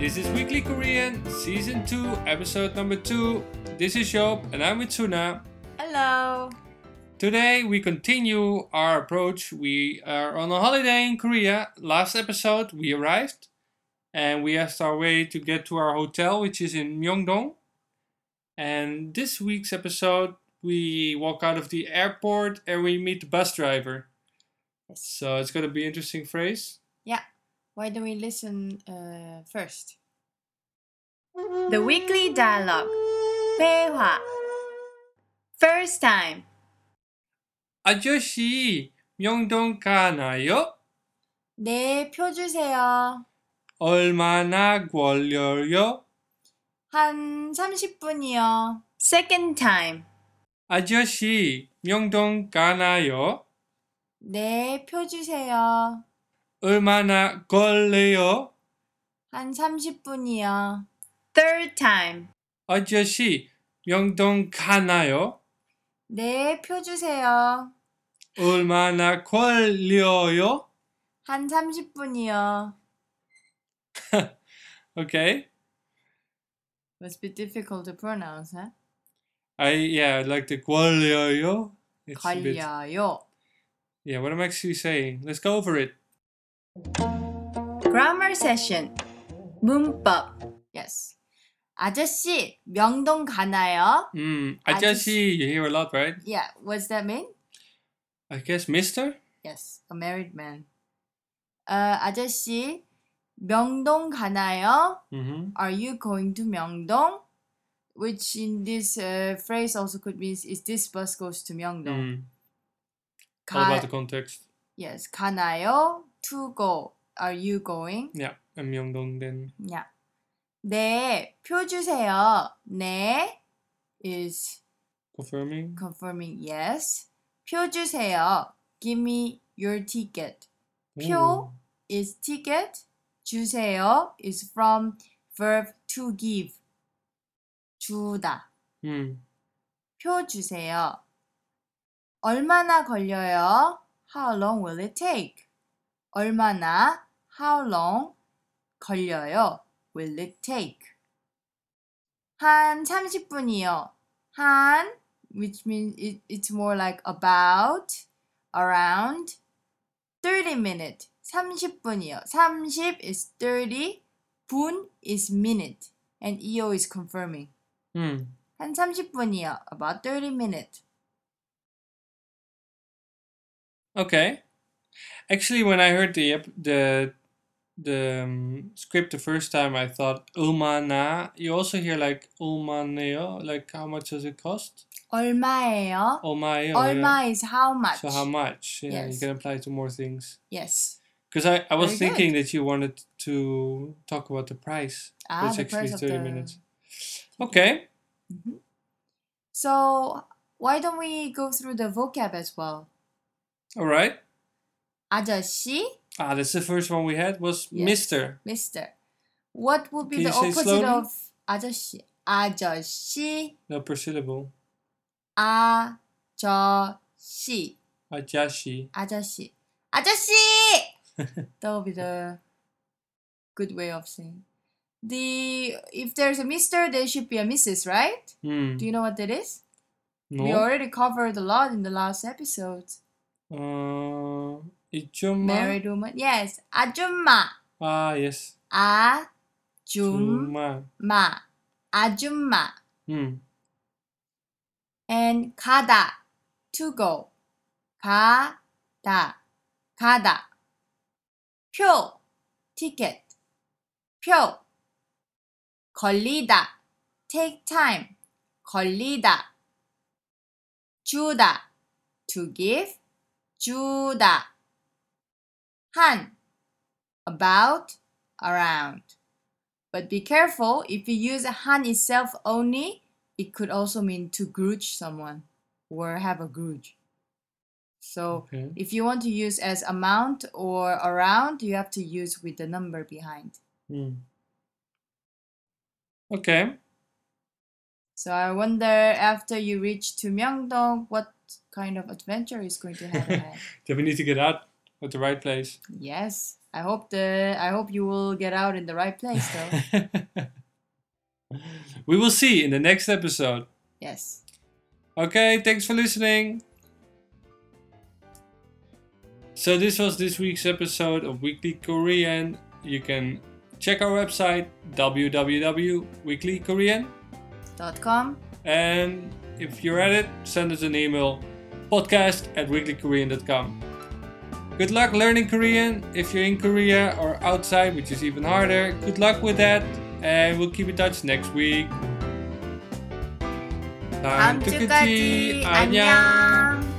This is Weekly Korean Season 2, Episode Number 2. This is Shop and I'm with Suna. Hello. Today we continue our approach. We are on a holiday in Korea. Last episode we arrived and we asked our way to get to our hotel, which is in Myeongdong. And this week's episode we walk out of the airport and we meet the bus driver. Yes. So it's going to be interesting phrase. Why don't we listen uh, first? The weekly dialogue. 대화. First time. 아저씨, 명동 가나요? 네, 표 주세요. 얼마나 걸려요? 한 30분이요. Second time. 아저씨, 명동 가나요? 네, 표 주세요. 얼마나 걸려요? 한 30분이요. Third time. 아저씨, 명동 가나요? 네, 표 주세요. 얼마나 걸려요? 한 30분이요. Okay. Must be difficult to pronounce, huh? I yeah, I like the 걸려요. It's a bit- 걸려요. yeah, what I'm actually saying. Let's go over it. Grammar session. 문법. Yes. 아저씨, 명동 가나요? Mm, 아저씨. 아저씨, you hear a lot, right? Yeah, what's that mean? I guess Mister. Yes, a married man. Uh, 아저씨, 명동 가나요? Mm-hmm. Are you going to 명동? Which in this uh, phrase also could mean is this bus goes to 명동? Mm. All 가, about the context. yes, 가나요? To go. Are you going? Yeah, and Myeongdong then. Yeah. 네, 표 주세요. 네 is Confirming. confirming yes. 표 주세요. Give me your ticket. Ooh. 표 is ticket. 주세요 is from verb to give. 주다. Mm. 표 주세요. 얼마나 걸려요? How long will it take? 얼마나 how long 걸려요? Will it take? 한 30분이요. 한 which means it, it's more like about around 30 minute. 30분이요. 30 is 30, 분 is minute and EO is confirming. Mm. 한 30분이요. About 30 minutes. Okay. Actually, when I heard the ep- the the um, script the first time, I thought Ulmana. You also hear like Ulmaneo, like how much does it cost? 얼마예요? Ulmaeo. 얼마 is how Yeah. much? So how much? Yeah, you Yes. can apply it to more things. Yes. Because I, I was Very thinking that you wanted to talk about the price. Ah, it's the actually price of 30 the- minutes. Okay. So why don't we go through the vocab as well? All right. 아저씨, Ah, that's the first one we had was Yes. Mister. Mister. What would be Can the you say opposite slowly? of 아저씨? 아저씨, No per syllable. 아저씨, Ajashi. 아저씨, 아저씨. that would be the good way of saying. The if there's a Mister, there should be a Mrs. Right? Hmm. Do you know what that is? No. We already covered a lot in the last episode. Uh, Ichuma. Married woman. Yes. 아줌마. Ah, yes. 아줌마. Juma. 아줌마. Hmm. And 가다. To go. 가다. 가다. 표. Ticket. 표. 걸리다. Take time. 걸리다. 주다. To give. 주다. 한. About. Around. But be careful if you use han itself only, it could also mean to grudge someone or have a grudge. So Okay. if you want to use as amount or around, you have to use with the number behind. Hmm. Okay. So I wonder after you reach to Myeongdong, what kind of adventure is going to happen? Then we need to get out at the right place. yes. I hope the I hope you will get out in the right place though. we will see in the next episode. yes. Okay, thanks for listening. So, this was this week's episode of Weekly Korean. You can check our website www.weeklykorean. Dot com. And if you're at it, send us an email podcast at weeklykorean.com. Good luck learning Korean if you're in Korea or outside, which is even harder. Good luck with that, and we'll keep in touch next week. Time 다음 to 주까지 continue. 안녕. 안녕.